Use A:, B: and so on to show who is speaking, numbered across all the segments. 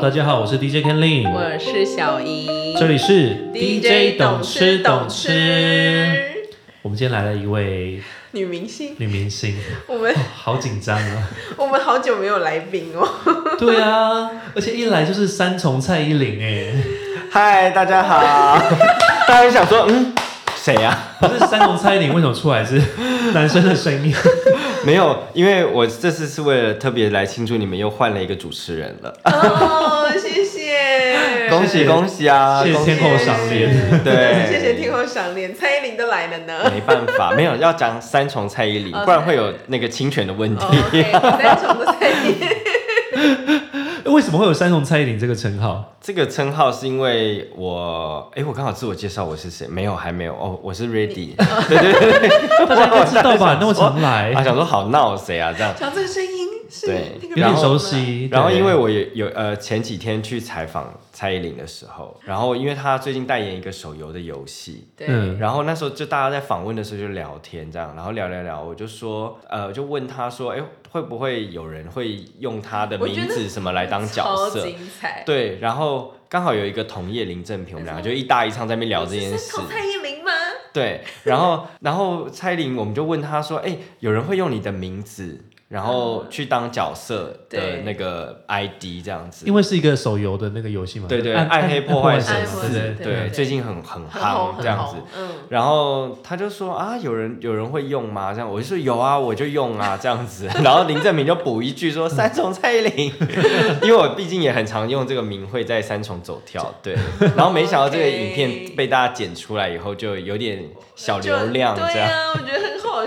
A: 大家好，我是 DJ Ken Lin，
B: 我是小姨，
A: 这里是
B: DJ
A: 懂
B: 懂
A: 吃懂
B: 懂
A: 吃。我们今天来了一位
B: 女明星，
A: 女明星，
B: 我们
A: 哦好紧张啊！
B: 我们好久没有来宾哦。
A: 对啊，而且一来就是三重蔡依林哎，
C: 嗨，大家 好。大家就想说，嗯，谁呀、
A: 不是三重蔡依林为什么出来是男生的声音？
C: 没有，因为我这次是为了特别来庆祝你们又换了一个主持人了，
B: 哦，谢谢，
C: 啊恭喜恭喜 啊！
A: 谢谢
C: 恭喜
A: 天后赏脸，
C: 对，
B: 谢谢天后赏脸，蔡依林都来了呢。
C: 没办法，没有要讲三重蔡依林，
B: 哦
C: 不然会有那个侵权的问题。
B: 哦 OK，三重的蔡依林，
A: 为什么会有三重蔡依林这个称 号？
C: 这个称号是因为我，哎，我刚好自我介绍我是谁，没有，还没有哦，我是 Ready
A: 大家应该知道吧？那么常
C: 啊，
A: 来，
C: 想说好闹谁啊这样。
B: 瞧这个声音是
C: 对
B: 那个
A: 有
B: 人
A: 点
B: 吗
A: 熟。悉。
C: 然后
A: 对
C: 因为我也有呃前几天去采访蔡依林的时候，然后因为她最近代言一个手游的游戏，
B: 对，
A: 嗯
C: 然后那时候就大家在访问的时候就聊天这样，然后聊聊聊，我就说呃就问她说，哎会不会有人会用她的
B: 我觉
C: 名
B: 得
C: 字什么来当角
B: 超
C: 色？
B: 精彩。
C: 对，然后刚好有一个同业林正平，我们两个就一搭一唱在那边聊这件
B: 你是
C: 事
B: 三。重蔡依林吗？
C: 对，然后然后蔡依林，我们就问她说：“哎、有人会用你的名字，然后去当角色
B: 嗯
C: 的
B: 对
C: 那个 ID 这样子？”
A: 因为是一个手游的那个游戏嘛，
C: 对对
A: 暗
C: 暗黑破坏神
B: 哎
C: 四
B: 我
A: 对对
B: 对
A: 对
C: 对
B: 对
C: 最近很很
B: 很红嗯
C: 夯这样子。，
B: 很红
C: 然后他就说啊，有人有人会用吗？这样我就说有啊，我就用啊， 这样子。然后林正明就补一句说三重蔡依林， 因为我毕竟也很常用这个名讳在三重走 跳，对。然后没想到这个
B: OK
C: 影片被大家剪出来以后，就有点小
B: 嗯，就
C: 流量这
B: 对
C: 样。
B: 啊，我觉得很好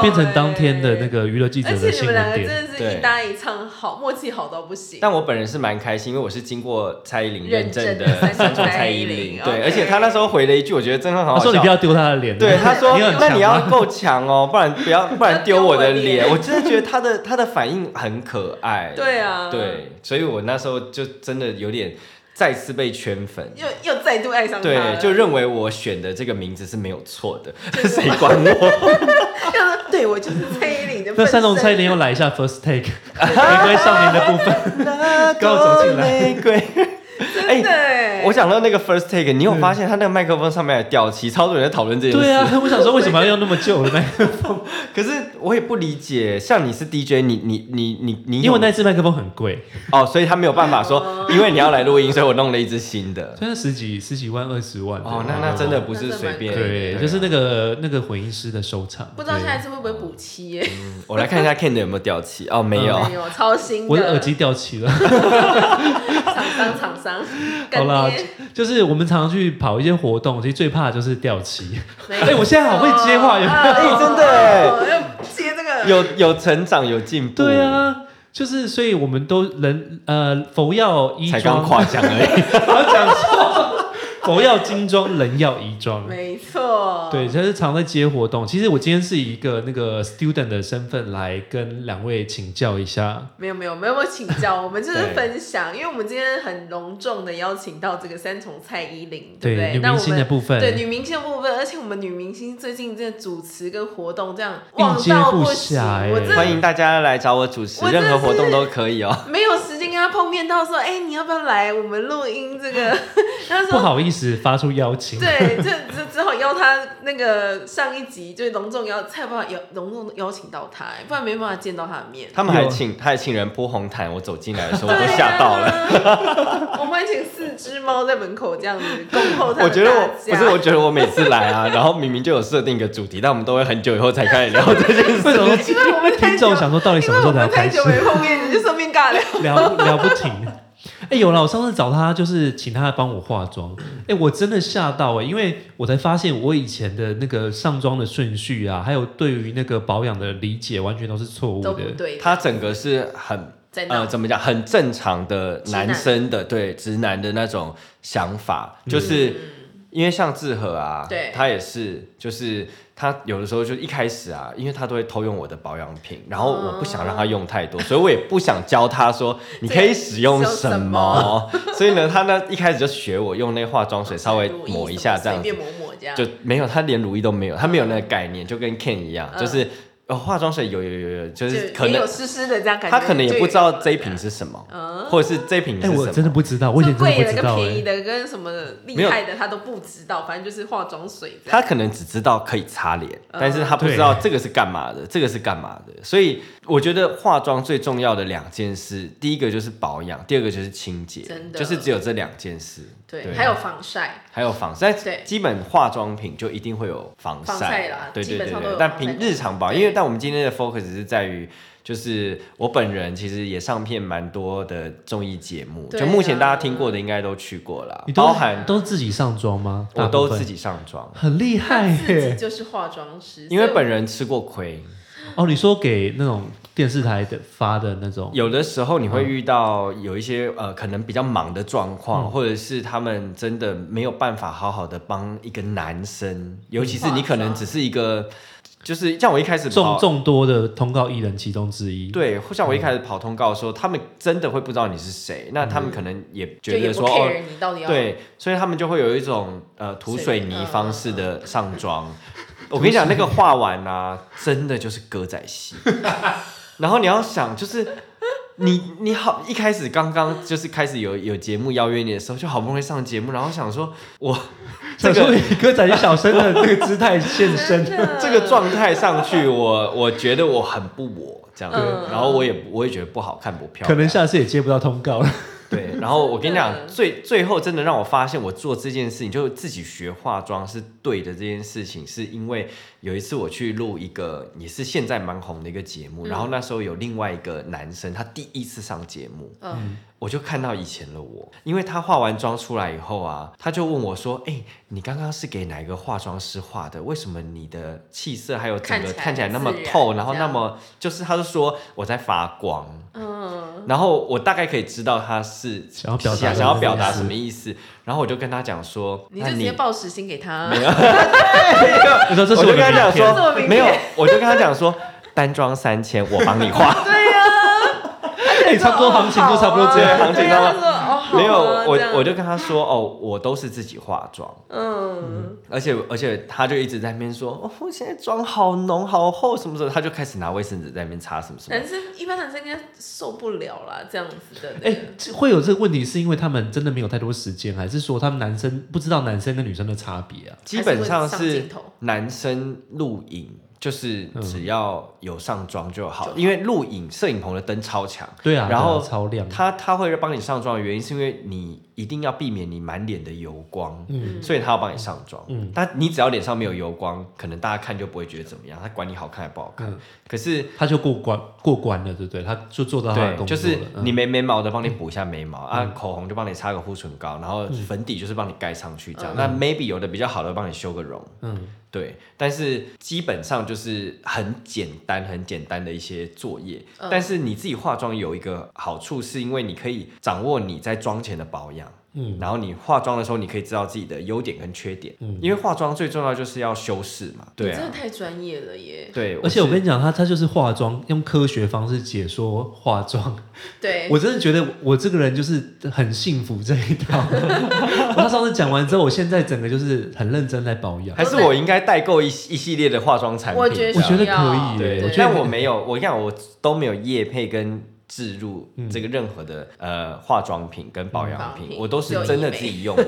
A: 变成当天的那
B: 哎
A: 个娱乐记者
B: 而
A: 的
B: 且你
A: 新
B: 们两
A: 闻
B: 个
A: 点。
B: 真的是一搭一唱好，默契好到不行。
C: 但我本人是蛮开心，因为我是经过蔡依林认证
B: 认证的
C: 三重蔡
B: 蔡
C: 依
B: 依林
C: 林，
B: OK
C: 对。而且他那时候回了一句，我觉得真的很好
A: 他
C: 笑
A: 说：“你不。要丢他的脸。”
C: 对，他 说
A: 你很：“
C: 那
A: 强
C: 你要
A: 吗
C: 够强哦，不然不要，不然丢我的脸。”
B: 不要丢我脸
C: 我真的觉得他的他的反应很可爱。
B: 对啊，，
C: 对，所以我那时候就真的有点再次被圈粉。
B: 又又再度爱上他
C: 对，
B: 了，
C: 就认为我选的这个名字是没有错的，谁管我？
B: 就是 对我就是蔡依林的
A: 那三重
B: 重
A: 蔡依林哦又来一下 first take 玫瑰少年的部分，高走进来
C: 玫瑰。
B: 真的
A: 哎
B: 欸，
C: 我想到那个 first take，你有发现他那个麦克风上面有掉漆，超多人在讨论这件事。
A: 嗯对啊，我想说为什么要用那么旧的麦
C: 啊
A: 克风？
C: 可是我也不理解，像你是 DJ，你你你你你有，
A: 因为那哦支麦克风很贵，
C: 哦，所以他没有办法说，因为你要来录音，所以我弄了一支新的。
A: 真的十几十几万、二十万的
C: 哦，那那真的不是随便，
A: 对，就是那个那个混音师的收场。
B: 不知道
A: 对
B: 下一次会不会补漆耶？
C: 嗯我来看一下 Ken 的有没有掉漆，哦，没有，
B: 没
A: 嗯
B: 有，超新的。
A: 我的耳机掉漆了。
B: 厂商厂商，
A: 好啦
B: 干爹，
A: 就是我们常常去跑一些活动，其实最怕的就是掉漆。
B: 没啊
A: 哎，我现在好会接话，有没有？
C: 哎真的欸
B: 哦要接这个，
C: 有有成长，有进步，
A: 对，啊，就是所以我们都人呃，佛要衣
C: 才
A: 装
C: 刚，夸奖 而已。
A: 我讲错，佛要金装，人要衣装。
B: 没错，
A: 对，就是常在接活动。其实我今天是以一个那个 student 的身份来跟两位请教一下。
B: 没有没有没有没有请教，我们就是
C: 对
B: 分享，因为我们今天很隆重的邀请到这个三重蔡依林，
A: 对
B: 不对？
A: 女
B: 那
A: 明
B: 我
A: 星
B: 们
A: 的部分
B: 对女明星的部分，而且我们女明星最近这主持跟活动这样
A: 应
B: 旺
A: 接
B: 到
A: 不
B: 行，
A: 暇欸
B: 我真的
C: 欢迎大家来找我主持，
B: 我真
C: 任
B: 的
C: 何活动都可以 哦。
B: 没有时间跟她碰面，到时候哎、你要不要来我们录音 这个？她
A: 不
B: 说。
A: 好意思发出邀请，
B: 对，这这只好邀她那个上一集就是隆重邀，才有办法邀隆重地邀请到她，欸不然没办法见到她的面。
C: 他们还
A: 有啊
C: 请他还请人铺红毯，我走进来的时候我
B: 对
C: 都吓 到了。
B: 啊。 我们还请四只猫在门口这样子恭候他
C: 我
B: 们
C: 觉得我
B: 大
C: 不
B: 家
C: 是，我觉得我每次来啊，然后明明就有设定一个主题，但我们都会很久以后才开始聊这件事。
A: 为什么
B: 因为我们太久
A: 听众想说到底什么时候
B: 因为
A: 才要
B: 我们
A: 开
B: 太
A: 始
B: 久没碰面，就顺便尬 聊。
A: 聊聊不停？哎、有了，我上次找他就是请他帮我化妆，哎、我真的吓到哎、因为我才发现我以前的那个上妆的顺序啊，还有对于那个保养的理解完全都是错误
B: 都
A: 的
B: 不。对，
C: 他整个是很
B: 在闹
C: 呃怎么讲，很正常的男生的对直男的那种想法，就是。因为像志和啊，
B: 对
C: 他也是，就是他有的时候就一开始啊，因为他都会偷用我的保养品，然后我不想让他用太多，所以我也不想教他说你可以使用什么， 所以呢，他呢一开始就学我用那个化妆水稍微
B: 乳液
C: 抹一
B: 什么
C: 下这样
B: 随便，
C: 子
B: 抹抹这样，
C: 就没有他连乳液都没有，他没有那个概念，就跟 Ken 一样，
B: 嗯
C: 就是呃，化妆水有有有有，就是
B: 就
C: 可
B: 也有
C: 能
B: 湿湿的这样感觉，
C: 他可能也
B: 就
C: 不
B: 有
C: 知道
B: 一种
C: 这一瓶是什么，
B: 嗯，
C: 或者是这一瓶
A: 哎、
C: 是什么。
A: 我真的不知道，我以前
B: 说
A: 真
B: 贵
A: 的不
B: 的
A: 知
B: 跟
A: 道、
B: 便宜
A: 哎，
B: 的跟什么厉害的他都不知道，反正就是化妆水这样。
C: 他可能只知道可以擦脸，
B: 嗯
C: 但是他不知道这个是干嘛的，这个是干嘛的。所以我觉得化妆最重要的两件事，第一个就是保养，第二个就是清洁
B: 真，的
C: 就是只有这两件事。
B: 对，
C: 对啊
B: 还有防晒，
C: 还有防晒，
B: 对
C: 基本化妆品就一定会有防
B: 防晒啦
C: 对对
B: 基
C: 对
B: 本上都
C: 对
B: 有。
C: 但
B: 防
C: 平
B: 晒
C: 日常保养，
B: 对
C: 因为但我们今天的 focus 是在于，就是我本人其实也上片蛮多的综艺节目，
B: 对
C: 就目前
B: 啊
C: 大家听过的应该都去过啦
A: 你，都
C: 包含
A: 都自己上妆吗？
C: 我都自
A: 己，
C: 己上妆，
A: 很厉害
B: 他自己
A: 耶、
B: 就是化妆师，
C: 因为
B: 所以
C: 本人吃过亏。
A: 哦，你说给那种电视台的发的那种，
C: 有的时候你会遇到有一些呃，可能比较忙的状
A: 嗯
C: 况，或者是他们真的没有办法好好的帮一个男生，尤其是
B: 嗯
C: 你可能只是一个，就是像我一开始
A: 众
C: 跑，
A: 众多的通告艺人其中之一。
C: 对，
A: 嗯
C: 像我一开始跑通告的时候，他们真的会不知道你是谁，那他们
A: 嗯
C: 可能也
B: 就
C: 觉
B: 也
C: 得
B: 不
C: 说哦。
B: care 你到底要嗯
C: 对，所以他们就会有一种呃涂水泥方式的上 妆。我跟你讲，那个画完啊，真的就是歌仔 戏。然后你要想，就是你你好一开始刚刚就是开始有有节目邀约你的时候，就好不容易上节目，然后想说我
B: 嗯
C: 这
A: 想
C: 个
A: 说你歌仔戏小生的那个姿态 现身
B: 真，的
C: 这个状态上去，我我觉得我很不我这样子，
B: 嗯
C: 然后我也我也觉得不好看不漂亮，
A: 可能下次也接不到通告了。
C: 对，然后我跟你讲，
B: 嗯
C: 最最后真的让我发现，我做这件事情，就是自己学化妆是对的这件事情，是因为有一次我去录一个也是现在蛮红的一个节目，
B: 嗯
C: 然后那时候有另外一个男生，他第一次上节目，
B: 嗯，
C: 我就看到以前的我，因为他化完妆出来以后啊，他就问我说：“哎、你刚刚是给哪一个化妆师化的？为什么你的气色还有整个看
B: 看起
C: 起来
B: 来
C: 那么
B: 自然
C: 透，然后
B: 这
C: 那
B: 样
C: 么就是他就说我在发光。”
B: 嗯，
C: 然后我大概可以知道他是
A: 想要表达
C: 想
A: 什么
C: 想要表达
A: 意思
C: 什么意思，然后我就跟他讲说，
B: 你
C: 那
B: 就直
C: 你
B: 接报时薪给他，
A: 你说这是
C: 我
A: 我
C: 就
A: 的
C: 跟他
A: 名
C: 讲
A: 片
B: 这
C: 说
B: 么明
C: 没有
B: 显，
C: 我就跟他讲说 单装三千，我帮你画。
B: 对 呀，
A: 哎，差不多行情就差不多这
B: 对
A: 样。
B: 啊
C: 行情
B: 他
C: 差不多
B: 说哦， 好啊
C: 没有，我
B: 这样
C: 我就跟他说哦，我都是自己化妆，
B: 嗯，
C: 而且而且他就一直在那边说，哦，我现在妆好浓好厚什么什么，他就开始拿卫生纸在那边擦什么什么。
B: 男生一般男生应该受不了啦，这样子的，
A: 哎、这会有这个问题，是因为他们真的没有太多时间，还是说他们男生不知道男生跟女生的差别啊？
C: 基本上
B: 还是会上
C: 是
B: 镜头
C: 男生录影，就是只要有上妆就好，
B: 就好
C: 因为录影摄影棚的灯超强，
A: 对啊，
C: 然后
A: 对啊超亮，
C: 他他会帮你上妆的原因是因为你一定要避免你满脸的油光，
A: 嗯
C: 所以他要帮你上妆。
A: 嗯
C: 但你只要脸上没有油光，可能大家看就不会觉得怎么样，他管你好看还不好看。
A: 嗯
C: 可是
A: 他就过关过关了，对不对？他就做到他的
C: 对，
A: 工
C: 就
A: 作
C: 是
A: 了。
C: 你
A: 嗯
C: 没眉毛的帮你补一下眉毛、啊，口红就帮你擦个护唇膏，然
A: 嗯
C: 后粉底就是帮你盖上去这样。那 maybe 有的比较好的帮你修个容。
A: 嗯，
C: 对，但是基本上就是很简单、很简单的一些作业。
B: 嗯
C: 但是你自己化妆有一个好处，是因为你可以掌握你在妆前的保养。嗯，然后你化妆的时候，你可以知道自己的优点跟缺点。嗯，因为化妆最重要就是要修饰嘛。对
B: 你真
C: 啊，
B: 的太专业了 耶，
C: 对。
A: 而且我
C: 是
A: 跟你讲，他他就是化妆，用科学方式解说化 妆。
C: 哎
B: 对，
A: 我真的觉得我这个人就是很幸福这一 套。我他上次讲完之后，我现在整个就是很认真在保养。
C: 还是我应该代购一一系列的化妆产品。
B: 我觉得
A: 我觉得
B: 需要
A: 可以耶
C: 对，
A: 我觉得
B: 对
C: 但我没有，我跟你讲，我都没有业配跟置入
A: 嗯
C: 这个任何的、呃化妆品跟保养
B: 嗯保
C: 品
B: 养，品
C: 我都是真的自己用完。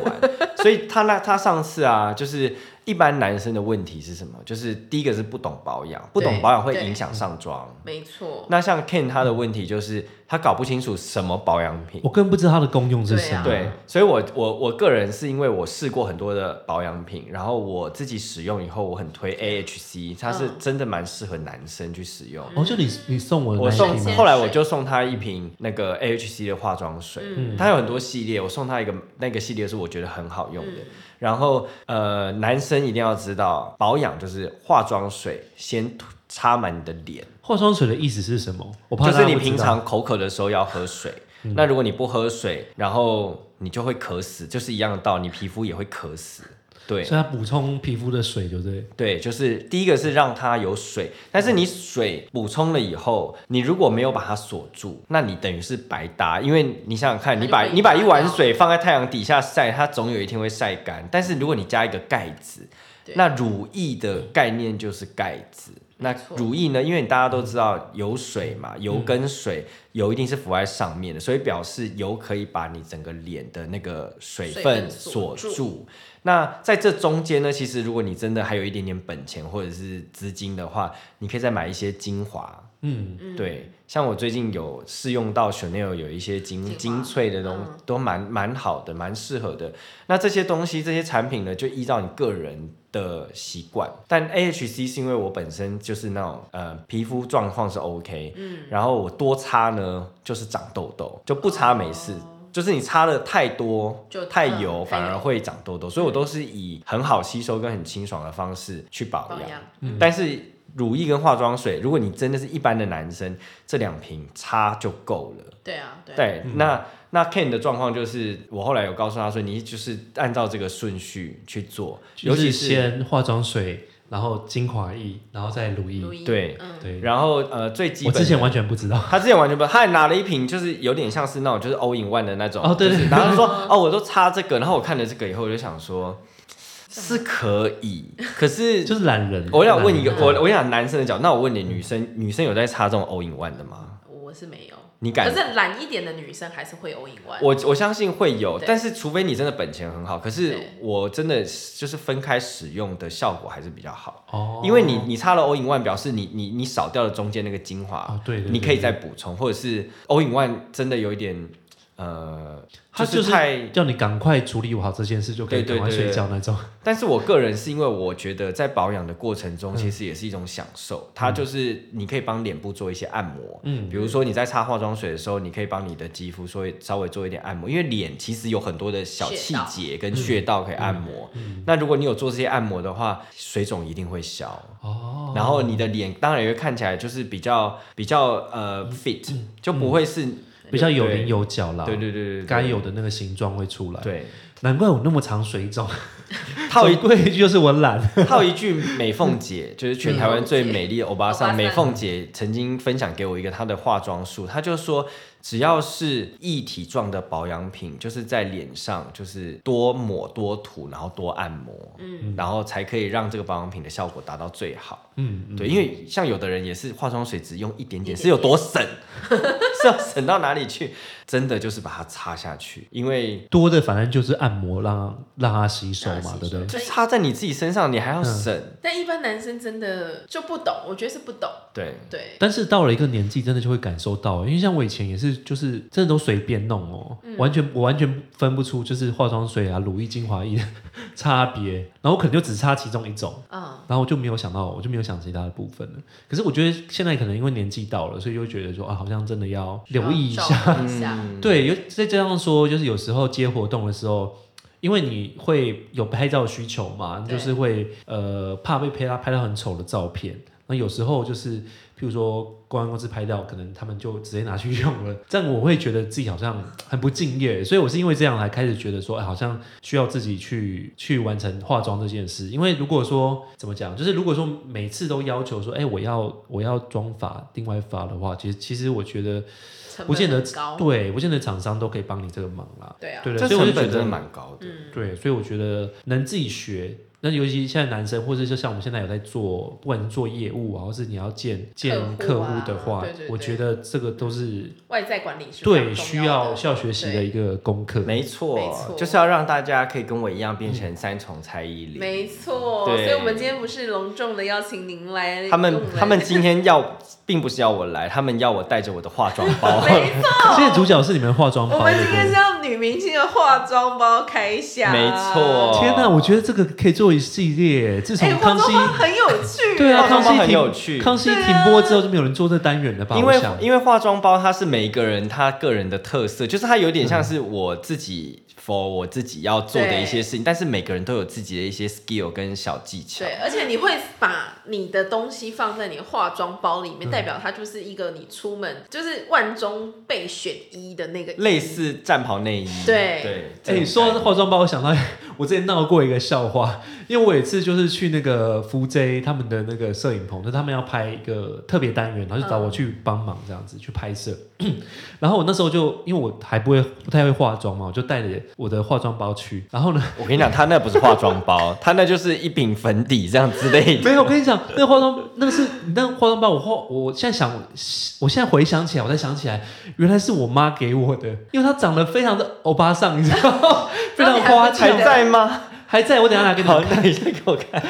C: 所以他那他上次啊，就是一般男生的问题是什么？就是第一个是不懂保养，不懂保养会影响上妆。
B: 没错，
C: 那像 Ken 他的问题就是他搞不清楚什么保养品。
A: 我更不知道它的功用是什么。
B: 对
C: 对，啊所以我我我个人是因为我试过很多的保养品，然后我自己使用以后，我很推 AHC，它是
B: 嗯
C: 真的蛮适合男生去使用。
A: 哦，就你你送我的
C: 我
A: 那
C: 送
A: 一
B: 先
A: 瓶吗
C: 后来我就送他一瓶那个 AHC 的化妆水，
B: 嗯
C: 它有很多系列，我送他一个那个系列是我觉得很好用
A: 嗯
C: 的。然后呃，男生一定要知道保养就是化妆水先涂擦满你的脸，
A: 化妆水的意思是什么？我怕
C: 就
A: 大家
C: 是你
A: 不知
C: 平
A: 道嗯
C: 常口渴的时候要喝水。那如果你不喝水，然后你就会渴死，就是一样的道理，你皮肤也会渴死。对，
A: 所以它补充皮肤的水，对不对？
C: 对，就是第一个是让它有水，但是你水补充了以后，你如果没有把它锁住，那你等于是白搭，因为你想想看，
B: 它
C: 你
B: 就
C: 把
B: 会
C: 你把
B: 发
C: 一碗
B: 掉
C: 水放在太阳底下晒，它总有一天会晒干。但是如果你加一个盖子，
B: 对
C: 那乳液的概念就是盖子，那
B: 错嗯
C: 乳液呢？因为大家都知道油水嘛，油跟水，油一定是浮在上面的，所以表示油可以把你整个脸的那个水
B: 水
C: 分
B: 分锁
C: 锁
B: 住
C: 住。那在这中间呢，其实如果你真的还有一点点本钱或者是资金的话，你可以再买一些精华，
A: 嗯，
B: 嗯，
C: 对，像我最近有试用到 Chanel 有一些
B: 精
C: 精
B: 华
C: 精粹的东西，
B: 嗯
C: 都蛮蛮好的，蛮适合的。那这些东西这些产品呢，就依照你个人的习惯。但 AHC 是因为我本身就是那种呃皮肤状况是 OK，
B: 嗯
C: 然后我多擦呢就是长痘痘，就不擦没事。
B: 哦
C: 就是你擦的太多
B: 就，
C: 太
B: 嗯
C: 油反
B: 太
C: 而
B: 油
C: 会长痘痘，所以我都是以很好吸收跟很清爽的方式去保
B: 保
C: 养。
B: 养，
A: 嗯
C: 但是乳液跟化妆水，如果你真的是一般的男生，这两瓶擦就够了。
B: 对啊，对啊，
C: 对，
A: 嗯
C: 那那 Ken 的状况就是，我后来有告诉他说，你就是按照这个顺序去做，
A: 尤
C: 尤
A: 其
C: 其
A: 是
C: 是。
A: 先化妆水，然后精华液，然后再乳液。
B: 如意
C: 对
B: 嗯，
A: 对，
C: 然后呃，最基
A: 我
C: 本的
A: 之前完全不知道。
C: 他之前完全不，他还拿了一瓶，就是有点像是那种就是 all in one 的那种
A: 哦对
C: 就是
A: 对
C: 然后他说哦，我都擦这个，然后我看了这个以后，我就想说是可以，可 是
A: 就是懒人。
C: 呃我想问一个，
A: 懒人
C: 我我想男生的角度，那我问你，女生女生有在擦这种 all in one 的吗？
B: 我是没有，
C: 你敢
B: 可是懒一点的女生还是会 all in one，
C: 我我相信会有，
B: 对
C: 但是除非你真的本钱很好，可是
B: 对
C: 我真的就是分开使用的效果还是比较好，
A: 哦，
C: 因为你你擦了 all in one，表示你你你少掉了中间那个精华，
A: 哦对对对
C: 你可以再补充，或者是 all in one 真的有一点呃，
A: 他
C: 就
A: 就是是
C: 太。
A: 叫你赶快处理好这件事，就可以
C: 对对
A: 赶快
C: 对
A: 睡觉那种。
C: 但是我个人是因为我觉得在保养的过程中，
A: 嗯
C: 其实也是一种享受，它就是你可以帮脸部做一些按摩，
A: 嗯
C: 比如说你在擦化妆水的时候，你可以帮你的肌肤稍微稍微做一点按摩，因为脸其实有很多的小
B: 穴
C: 气
B: 道
C: 节
A: 嗯
C: 跟穴道可以按摩。那如果你有做这些按摩的话，水肿一定会消。
A: 哦，
C: 然后你的脸当然也会看起来就是比较比较
A: 嗯
C: 呃 fit，、就不会是、
A: 比较有
C: 对
A: 棱有角啦，
C: 对对对对对
A: 该有的那个形状会出来。
C: 对
A: 难怪我那么长水肿，
C: 套一
A: 总归一句就是我懒。
C: 套一句美 凤姐，就是全台湾最美丽的欧巴
B: 嗯欧巴
C: 桑。
B: 桑
C: 美凤姐曾经分享给我一个她的化妆术，她就说，只要是一体状的保养品，就是在脸上就是多抹多涂，然后多按摩，嗯，然后才可以让这个保养品的效果达到最好。
A: 嗯，
C: 对，因为像有的人也是化妆水只用一点
B: 一点
C: 点，
B: 点
C: 是有 多省， 是要省到哪里去？真的就是把它擦下去，因为
A: 多的反正就是按摩让让它吸收
C: 啊
B: 让它
A: 嘛，
B: 吸
A: 对不
B: 收
A: 对？
C: 就擦在你自己身上，你还要
A: 嗯
C: 省。
B: 但一般男生真的就不懂，我觉得是不懂，
C: 对，
B: 对，
A: 但是到了一个年纪，真的就会感受到，因为像我以前也是，就是真的都随便弄哦，完全我完全分不出就是化妆水啊、乳液、精华液的 差别，然后我可能就只擦其中一种。
B: 嗯，
A: 然后我就没有想到，我就没有想其他的部分了。可是我觉得现在可能因为年纪到了，所以就会觉得说啊，好像真的要留意一
B: 要
A: 下。
B: 照顾一
C: 嗯
B: 下，
A: 对，尤再加上说，就是有时候接活动的时候，因为你会有拍照需求嘛，你
B: 对
A: 就是会呃怕被拍到拍到很丑的照片。那有时候就是，譬如说公安公司拍到，可能他们就直接拿去用了，这样我会觉得自己好像很不敬业，所以我是因为这样才开始觉得说，哎，好像需要自己去去完成化妆这件事。因为如果说怎么讲，就是如果说每次都要求说，哎，我要我要妆发另外发的话，其实其实我觉得
B: 成本
A: 不见得
B: 很高，
A: 对，不见得厂商都可以帮你这个忙啦。
B: 对啊，
A: 对
C: 这
A: 的，所以我
C: 成
A: 就
C: 本
A: 觉
C: 真的
A: 得，
C: 蛮高的。
B: 嗯，
A: 对，所以我觉得能自己学。那尤其现在男生，或者就像我们现在有在做，不管是做业务啊，或是你要见见
B: 客
A: 客
B: 户
A: 户
B: 啊
A: 的话，
B: 对对
A: 我
B: 对
A: 觉得这个都是
B: 外在管理是非
A: 对
B: 常重
A: 需要
B: 的
A: 需要学习的
B: 对
A: 一个功课。
C: 没错，
B: 没错
C: 就是要让大家可以跟我一样变成三重蔡依林。
B: 没错，所
C: 对
B: 以我们今天不是隆重的邀请您来，
C: 他们
B: 跟我
C: 他们今天要，并不是要我来，他们要我带着我的化妆包。
B: 没
A: 现在主角是你们化妆包，
B: 我们
A: 对
B: 今
A: 不
B: 天
A: 对
B: 是要女明星的化妆包开箱，
C: 没错
A: 天哪，我觉得这个可以做一系列。自
B: 哎、
A: 从
B: 化
A: 康熙
B: 妆包很有趣、哦
A: 对啊，
C: 化妆
A: 康
C: 包
A: 熙
C: 很有
A: 停
C: 趣
A: 康熙
B: 对
A: 停
B: 啊
A: 播之后就没有人做这单元了吧？
C: 因
A: 我
C: 为
A: 想
C: 因为化妆包它是每一个人他个人的特色，就是它有点像是我自己 for 我自己要做的一些事情，但是每个人都有自己的一些 skill 跟小技巧。
B: 对，而且你会把你的东西放在你的化妆包里
C: 嗯
B: 面，代表它就是一个你出门就是万中备选一的那个，
C: 类似战袍内衣，
B: 对
C: 对。
A: 哎、说到
C: 这
A: 这
C: 种
A: 化妆包，我想到我之前闹过一个笑话，因为我有一次就是去那个福 J 他们的那个摄影棚，就是他们要拍一个特别单元，然后就找我去帮忙这样子去拍摄。然后我那时候就因为我还不会不太会化妆嘛，我就带着我的化妆包去。然后呢，
C: 我跟你讲，他那不是化妆包，他那就是一瓶粉底这样之类的。
A: 没有，我跟你讲，那个化妆，那个是那个化妆包，我后我现在想，我现在回想起来，我才想起来，原来是我妈给我的，因为它长得非常的欧巴桑，你知道吗，非常花俏
C: 还，在吗？
A: 还在我等一下拿给你
C: 好，
A: 们
C: 那
A: 看，
C: 你再给我看，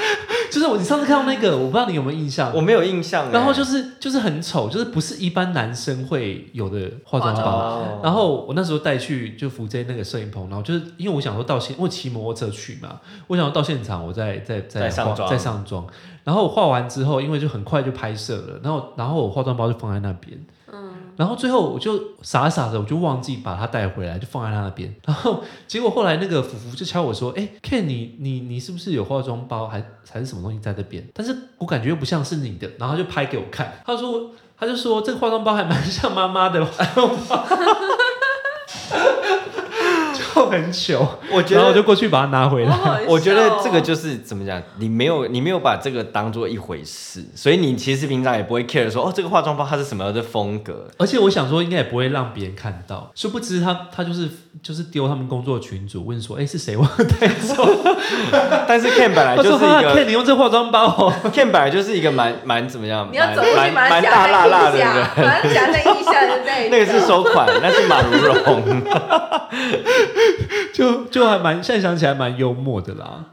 A: 就是我你上次看到那个，我不知道你有没有印象
C: 我。没有印象欸。
A: 然后就是就是很丑，就是不是一般男生会有的化妆包
B: 化妆。
C: 哦
A: 然后我那时候带去就福州那个摄影棚，然后就是因为我想说到现，因为我骑摩托车去嘛，我想说到现场我再再
C: 再
A: 再
C: 上
A: 化
C: 妆
A: 再上妆。然后我化完之后，因为就很快就拍摄了，然后然后我化妆包就放在那边，
B: 嗯，
A: 然后最后我就傻傻的，我就忘记把它带回来，就放在他那边。 然后结果后来那个福福就敲我说：“哎、k e n 你你你是不是有化妆包还还是什么东西在那边？但是我感觉又不像是你的。”然后他就拍给我看，他说：“他就说这个化妆包还蛮像妈妈的化妆包。” 就很糗，
C: 我觉
A: 然后我
C: 得，
A: 就过去把它拿回来。
B: 好好笑哦
C: 我觉得这个就是怎么讲，你没有你没有把这个当做一回事，所以你其实平常也不会 care 说哦，这个化妆包它是什么样的风格。
A: 而且我想说，应该也不会让别人看到。殊不知他他就是就是丢他们工作群组问说：“哎、是谁忘了带走
C: 但是 Ken 本？”来
A: 他
C: 就是
A: 说：“
C: 一
A: 哈
C: 个
A: k e n 你用这化妆包、哦。”
C: Ken 本来就是一个蛮蛮怎么样，
B: 你要
C: 蛮
B: 走过去
C: 蛮
B: 把它
C: 蛮
B: 夹
C: 大辣辣
B: 在
C: 的
B: 腋下，
C: 人。
B: 把它夹在腋下的那一
C: 那个是收款，那是 马如龙，
A: 就就还蛮，现在想起来蛮幽默的啦。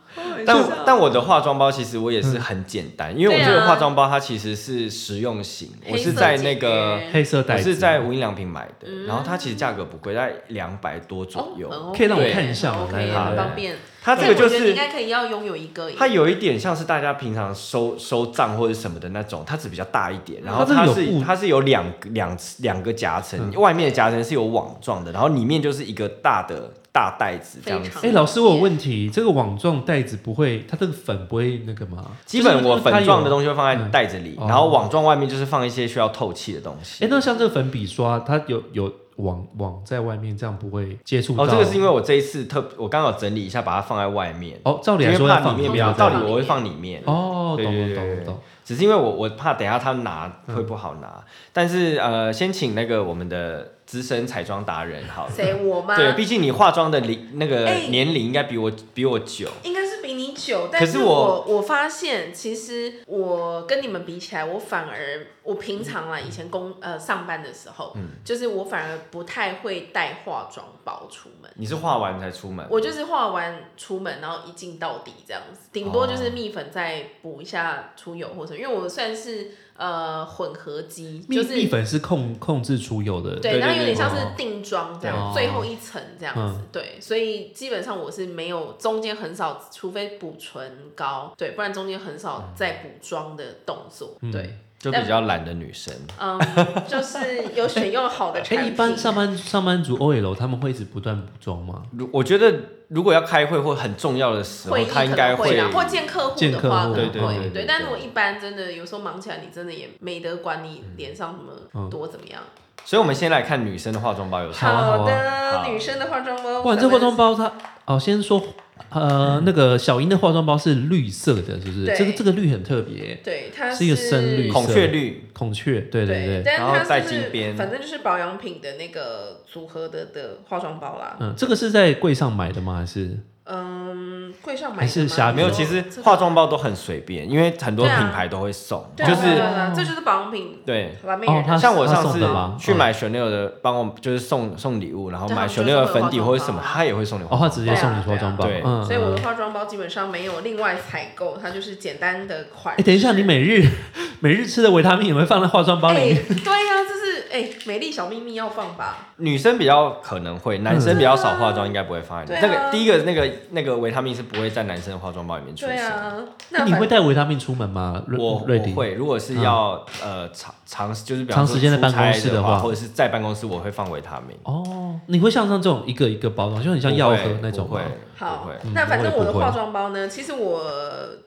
C: 但但我的化妆包其实我也是很简单，因为我这
B: 啊
C: 个化妆包它其实是实用型，我是在那个
A: 黑色
C: 我
A: 袋子
C: 是在无印良品买的，
B: 嗯
C: 然后它其实价格不贵，大概两百多左
B: 哦
C: 右。
A: 可以让我看一下吗
B: o
A: 来
B: k
A: 来
B: 很
A: 来
B: 方便。
C: 它这个就
B: 但我觉得你
C: 是
B: 应该可以要拥有一个耶，
C: 它有一点像是大家平常收收账或者什么的那种，它只比较大一点，然后
A: 它
C: 它
A: 这个有
C: 是
A: 布
C: 它是有两两两个夹层，
A: 嗯
C: 外面的夹层是有网状的，然后里面就是一个大的大袋子这样子
B: 非。常
A: 哎、老师，我有问题，这个网状袋子不会，它这个粉不会那个吗？
C: 基本我粉状
A: 西。
C: 的东西会放在袋子里，
A: 嗯哦
C: 然后网状外面就是放一些需要透气的东西。
A: 哎、那像这个粉笔刷，它有有网网在外面，这样不会接触到。
C: 哦，这个是因为我这一次特，我刚好整理一下，把它放在外面，
A: 哦，照理
C: 因
A: 来
C: 为
A: 说
C: 怕
A: 要
C: 里
A: 放
C: 面
A: 不
C: 比
A: 要
C: 较，
B: 要
C: 道
B: 放
C: 理我
B: 里
C: 会
B: 面
C: 放里面。
A: 哦，
C: 对
A: 懂
C: 对
A: 了
C: 对
A: 懂
C: 对
A: 了懂了。
C: 只是因为我我怕等一下他拿会不好拿，但是呃，先请那个我们的资深彩妆达人好了。
B: 谁我吗？
C: 对，毕竟你化妆的龄那个
B: 哎
C: 年龄应该比我比我久，
B: 应该是比你久，
C: 可
B: 但
C: 是
B: 是
C: 我
B: 我我发现，其实我跟你们比起来，我反而我平常啦，以前工呃上班的时候，就是我反而不太会带化妆包出门。
C: 你是化完才出门，
B: 我就是化完出门，然后一镜到底这样子，顶多就是蜜粉再补一下出油或什么，因为我算是呃混合肌，
A: 蜜
B: 就是
A: 蜜粉是控控制出油的，
C: 对
B: 对，然后有
C: 对
B: 点像是
A: 哦
B: 定妆这样，
A: 对
B: 最后一层这样子
A: 嗯，
B: 对，所以基本上我是没有中间很少，除非补唇膏，对，不然中间很少再补妆的动作，
A: 嗯
B: 对，
C: 就比较懒的女生。
B: 嗯，就是有选用好的
A: 哎、
B: 产
A: 一
B: 品，
A: 般上班上班族 OL 他们会一直不断补妆吗？
C: 如我觉得如果要开会或很重要的时候
B: 会，议
C: 她应
B: 可
C: 该
B: 能会
C: 会
B: 啦，或见客户
A: 见
B: 的
A: 客
B: 话
A: 户
B: 可能
C: 对对对
B: 会，
C: 对
B: 对，但
C: 对
B: 如果一般真的有时候忙起来，你真的也没得管你
A: 嗯
B: 脸上什么多怎么样。
C: 所以我们先来看女生的化妆包有什
A: 好啊好啊
B: 的
C: 好，
B: 女生的化妆包，
A: 哇，
B: 咱
A: 这
B: 们
A: 化妆包它哦，先说呃，那个小英的化妆包是绿色的，是不是？
B: 嗯对
A: 这个这个绿很特别，
B: 对，它
A: 是一个深绿
C: 么
A: 色
C: 孔雀绿，
A: 孔雀，对对对，
B: 但
C: 然后
B: 是
C: 再
B: 它就是
C: 金边
B: 反正就是保养品的那个组合的的化妆包啦。
A: 嗯，这个是在柜上买的吗？还是
B: 嗯，柜上买的吗
A: 还是瑕疵
C: 没有，其实化妆包都很随便，因为很多
B: 对
C: 品
B: 啊
C: 牌都会送，
B: 对啊
C: 就
B: 对啊对
C: 是
B: 啊对啊这就是保养品。
C: 对。
B: 好吧，没
A: 哦
B: 人
A: 它
C: 像我
A: 他
C: 上
A: 送
C: 次
A: 的吗哦
C: 去买 Chanel 的，帮我就是送送礼物，然后
B: 对
C: 买
B: 他们
C: Chanel
B: 就
C: 的
B: 是会有
C: 粉底
B: 化妆
C: 或者什么，
B: 包啊
C: 他也会送你
A: 哦，他
C: 化妆
A: 直
C: 包。
A: 接
B: 对啊
A: 送你化妆包？
C: 对啊
A: 嗯，嗯
B: 所以我的化妆包基本上没有另外采购，它就是简单的款
A: 哎、。等一下，你每日 每日吃的维他命有没有放在化妆包里
B: 哎，
A: 面？
B: 对呀，这是哎美丽小秘密要放吧？
C: 女生比较可能会，男生比较少化妆，应该不会放在
B: 对
C: 里
B: 啊
C: 面。那个第一个那个那个维他命是不会在男生的化妆包里面出
B: 对
C: 现。
B: 啊，
A: 那
B: 那
A: 哎你
B: 反
A: 会带维他命出门吗？瑞
C: 我
A: 瑞
C: 我
A: 迪，啊
C: 会，如果是要呃长长就是比方
A: 长
C: 说
A: 时间在
C: 出
A: 办
C: 差
A: 公室
C: 的
A: 的话
C: 或者是在办公室，我会放维他命。
A: 哦，你会像上这种一个一个包装，就很像药盒
C: 不会
A: 那种
C: 不
A: 吗
C: 会？，不
B: 好
C: 会。，
B: 那反正我的
A: 不会
B: 化妆包呢，其实我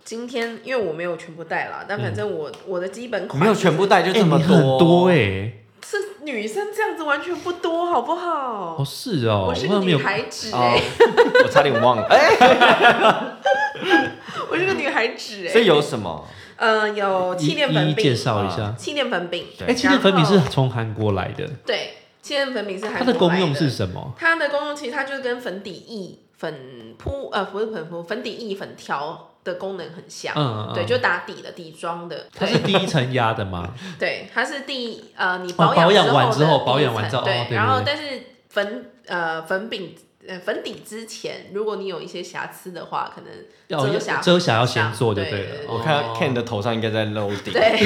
B: 今天因为我没有全部带啦，但反正我我的基本款
C: 没有全部带就
A: 哎、
C: 这么
A: 你很
C: 多哦
A: 多哎、
B: 是女生这样子完全不多，好不好？
A: 哦，是哦，
B: 我是
A: 好
B: 个
A: 像没
B: 女
A: 有
B: 孩子
C: 哦
B: 哎、，
C: 我差点忘了，哎，
B: 我是个女孩子哎、
C: 所以有什么？
B: 呃有
A: 一
B: 气垫
A: 一
B: 粉
A: 一介
B: 饼，
A: 绍一
C: 啊
A: 下。
B: 气垫粉饼，
C: 对
A: 哎，气垫粉饼是
B: 然后
A: 从韩国来的，
B: 对，气垫粉饼是韩
A: 它
B: 国
A: 的功用
B: 来
A: 是什么？
B: 它的功用其实它就是跟粉底液、粉扑呃不是粉扑，粉底液、粉条的功能很像，
A: 嗯，嗯
B: 对，就打底的底妆的，
A: 它是
B: 对
A: 第一层压的吗？
B: 对，它是第呃你
A: 哦保养完
B: 养
A: 之后
B: 的
A: 保
B: 第一
A: 养完
B: 层
A: 之后哦对
B: 对，
A: 对
B: 然后
A: 对
B: 但是粉呃粉饼呃粉底之前，如果你有一些瑕疵的话，可能
A: 要
B: 遮瑕
A: 遮瑕要先做就
B: 对
A: 对
B: 对
A: 了。
C: 我看
A: 哦
C: Ken 的头上应该在 loading，
B: 对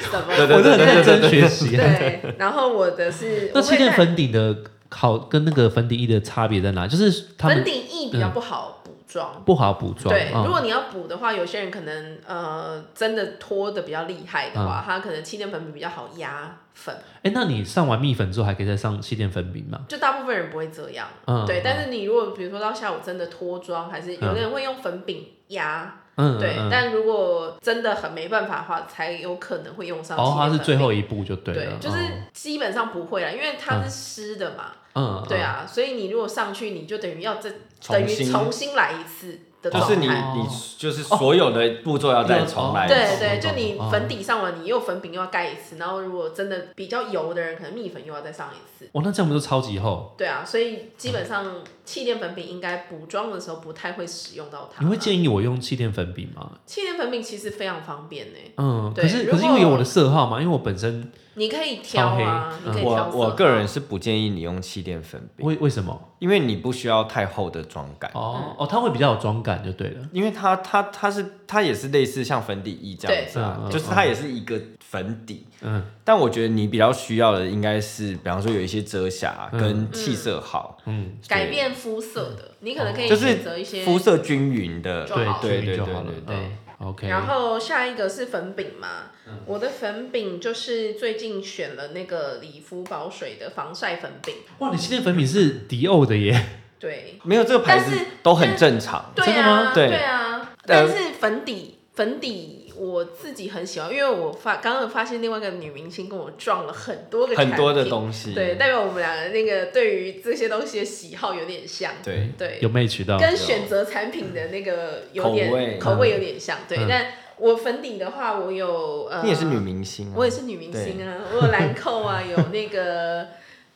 B: 什么
C: 对
A: 我真的很认真学习。啊
B: 对，然后我的是
A: 那
B: 我会
A: 气垫
B: 看
A: 粉底的好跟那个粉底液的差别在哪？就是它
B: 粉
A: 们
B: 底液比较不好补妆。
A: 不好补妆。
B: 对，
A: 嗯
B: 如果你要补的话，有些人可能呃真的拖的比较厉害的
A: 嗯
B: 话，他可能气垫粉饼比较好压粉，
A: 哎，那你上完蜜粉之后还可以再上气垫粉饼吗？
B: 就大部分人不会这样。
A: 嗯
B: 对
A: 嗯，
B: 但是你如果比如说到下午真的脱妆，还是有的人会用粉饼压，
A: 嗯，
B: 对，
A: 嗯嗯
B: 但如果真的很没办法的话，才有可能会用上气
A: 哦
B: 垫，
A: 它
B: 粉饼。
A: 是最后一步就对哦
B: 对
A: 了，，
B: 就是基本上不会啦，因为它是湿的嘛，
A: 嗯，嗯
B: 对，啊，所以你如果上去，你就等于要再等
C: 重
B: 于
C: 新
B: 重新来一次的
C: 就
B: 状态。
C: 是你你就是所有的步骤要再重来一
B: 对
C: 次，
B: 对，就
A: 懂
B: 你
A: 哦
B: 粉底上完，你又粉饼又要盖一次，然后如果真的比较油的人，可能蜜粉又要再上一次。
A: 哇，那这样不就超级厚？
B: 对啊，所以基本上气垫粉饼应该补妆的时候不太会使用到它
A: 你
B: 啦。
A: 会建议我用气垫粉饼吗？
B: 气垫粉饼其实非常方便呢，
A: 嗯，
B: 对
A: 可是
B: 如
A: 可
B: 果
A: 是因为有我的色号嘛，因为我本身
B: 你可以挑啊，
A: 超黑嗯
B: 你可以
C: 我
B: 挑色。啊
C: 我个人是不建议你用气垫粉饼，
A: 为为什么？
C: 因为你不需要太厚的妆感，
A: 哦哦，它会比较有妆感就对了。
C: 因为它它它是它也是类似像粉底液这样子啊
A: 对，嗯
C: 就是它也是一个粉底，
A: 嗯，
C: 但我觉得你比较需要的应该是，比方说有一些遮瑕
A: 嗯
C: 跟气色好，嗯，
B: 改变肤色的，你可能
A: 哦
B: 可以
C: 就是
B: 选择一些
C: 肤色均匀的，
B: 就好
A: 对，均
C: 对
A: 匀
C: 对
A: 就
C: 对
A: 好了
C: 对。。
B: 对
A: 嗯，OK。
B: 然后下一个是粉饼嘛，
C: 嗯
B: 我的粉饼就是最近选了那个理肤宝水的防晒粉饼，
A: 哇，你气垫粉饼是迪奥的耶！
B: 对，
C: 没有这个牌
B: 但
C: 子
B: 是
C: 都很正常，
B: 对
A: 真的
B: 啊
A: 吗，
C: 对
B: 啊，
C: 呃
B: 但是粉底粉底我自己很喜欢，因为我发刚刚发现另外一个女明星跟我撞了很多个
C: 很多的
B: 西，
C: 东西，
B: 对，代表我们两个那个对于这些东西的喜好有点像，
C: 对
B: 对，
A: 有 match 到，
B: 跟选择产品的那个有点
C: 口味
B: 有点像，对
A: 嗯。
B: 但我粉底的话，我有呃，
C: 你也是女明星啊，
B: 我也是女明星啊，我有兰蔻啊，有那个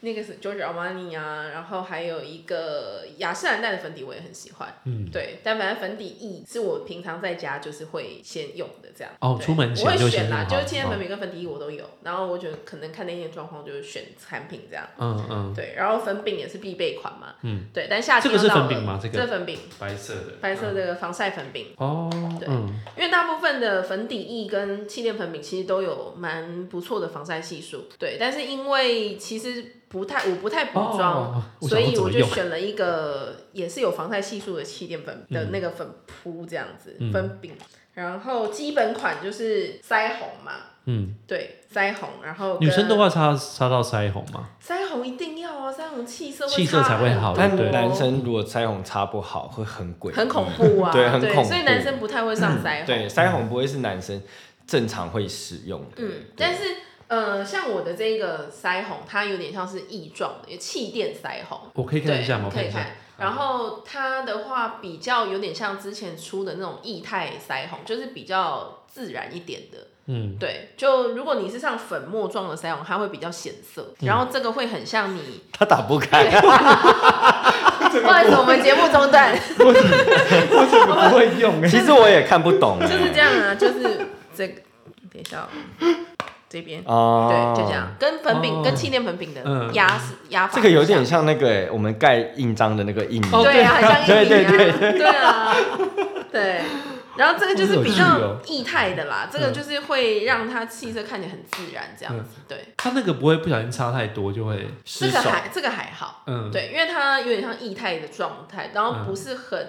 B: 那个是 Giorgio Armani 啊，然后还有一个雅诗兰黛的粉底我也很喜欢，
A: 嗯，
B: 对，但反正粉底液是我平常在家就是会先用的这样。
A: 哦
B: 对
A: 出门前
B: 我
A: 就
B: 会
A: 先
B: 选啦，
A: 用好哦
B: 就是今天粉饼跟粉底液我都有，然后我觉得可能看那天的状况就是选产品这样。
A: 嗯嗯，
B: 对，然后粉饼也是必备款嘛，
A: 嗯，
B: 对，但夏天
A: 这个是
B: 又到
A: 粉饼
B: 了
A: 吗这个
B: 这粉饼，
A: 白色的
B: 白色的防晒粉饼，
A: 哦，
B: 对
A: 嗯，
B: 因为大部分的粉底液跟气垫粉饼其实都有蛮不错的防晒系数，对，但是因为其实不太我不太补妆，
A: 哦
B: 所以
A: 我想要怎
B: 我就
A: 么用
B: 选了一个也是有防晒系数的气垫粉的那个粉扑这样子、
A: 嗯
B: 粉饼，然后基本款就是腮红嘛，
A: 嗯，
B: 对，腮红，然后跟
A: 女生的话擦擦到腮红嘛，
B: 腮红一定要啊，腮红气色会
A: 气色才会好
B: 差很
C: 但
B: 多
A: 对
C: 男生如果腮红擦不好会很鬼，
B: 很恐怖啊，
C: 对很恐怖
B: 所以男生不太会
A: 嗯
B: 上腮红，
C: 对，腮红不会是男生正常会使用的，
B: 嗯，
C: 对
B: 但是呃，像我的这个腮红，它有点像是异状的，气垫腮红，
A: 我可以
B: 对，
A: 看一下吗？我
B: 可以
A: 一下，嗯
B: 看。然后它的话比较有点像之前出的那种液态腮红，就是比较自然一点的。
A: 嗯，
B: 对，就如果你是上粉末状的腮红，它会比较显色，
A: 嗯
B: 然后这个会很 像你。
C: 他打不开，
B: 不好意思，我们节目 中断，
A: 为什么不会用？
B: 欸
C: 其实我也看不懂，欸
B: 就是这样啊，就是这个，等一下、哦，这边。
C: 哦
B: 对，就这样，跟粉饼、
A: 哦
B: 跟气垫粉饼的
A: 嗯
B: 压是压法
C: 这个有
B: 很像
C: 点像那个欸我们盖印章的那个印，
A: 哦
B: 对啊，很像
C: 对
B: 印尼啊，
C: 对
B: 对啊，对。然后这个就是
A: 好有
B: 比
A: 趣
B: 较
A: 哦
B: 液态的
C: 嗯
B: 啦，这个就是会让它气色看起来很自然这样子。对，
A: 它那个不会不小心擦太多就会，
B: 这
C: 嗯失
B: 个
C: 手，
B: 还这个还好，
A: 嗯，
B: 对，因为它有点像液态的状态，然
C: 嗯
B: 后不是很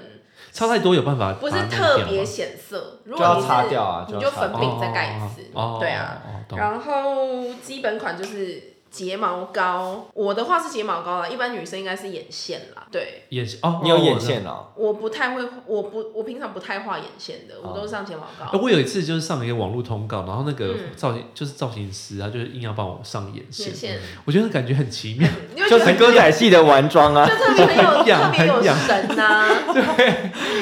A: 擦太多有办法
B: 不是
A: 把它弄
B: 特
A: 掉
B: 别
A: 吗
B: 显色。如
C: 嗯就
B: 果
C: 要
B: 你
C: 擦
B: 是
C: 掉啊，
B: 你
C: 要
B: 就
C: 擦掉
B: 粉饼再盖一次
A: 哦，
B: 对啊。
A: 哦，哦懂
B: 然后基本款就是睫毛膏，我的话是睫毛膏啦，一般女生应该是眼线啦。对，
A: 眼线哦，
C: 你有
A: 哦
C: 眼
A: 我知道
C: 线哦，
B: 我不太会，我不，我平常不太画眼线的，我都是上睫毛膏。
A: 哎我有一次就是上了一个网络通告，然后那个
B: 嗯
A: 造型、就是造型师啊，就是硬要帮我上眼线，
B: 眼线，
A: 我觉得感觉很奇 妙。
B: 你会
C: 就
B: 觉
C: 是
B: 得
C: 歌仔戏的玩妆 啊
B: 就。特别有
A: 很痒
B: 特别有
A: 很痒
B: 神呐、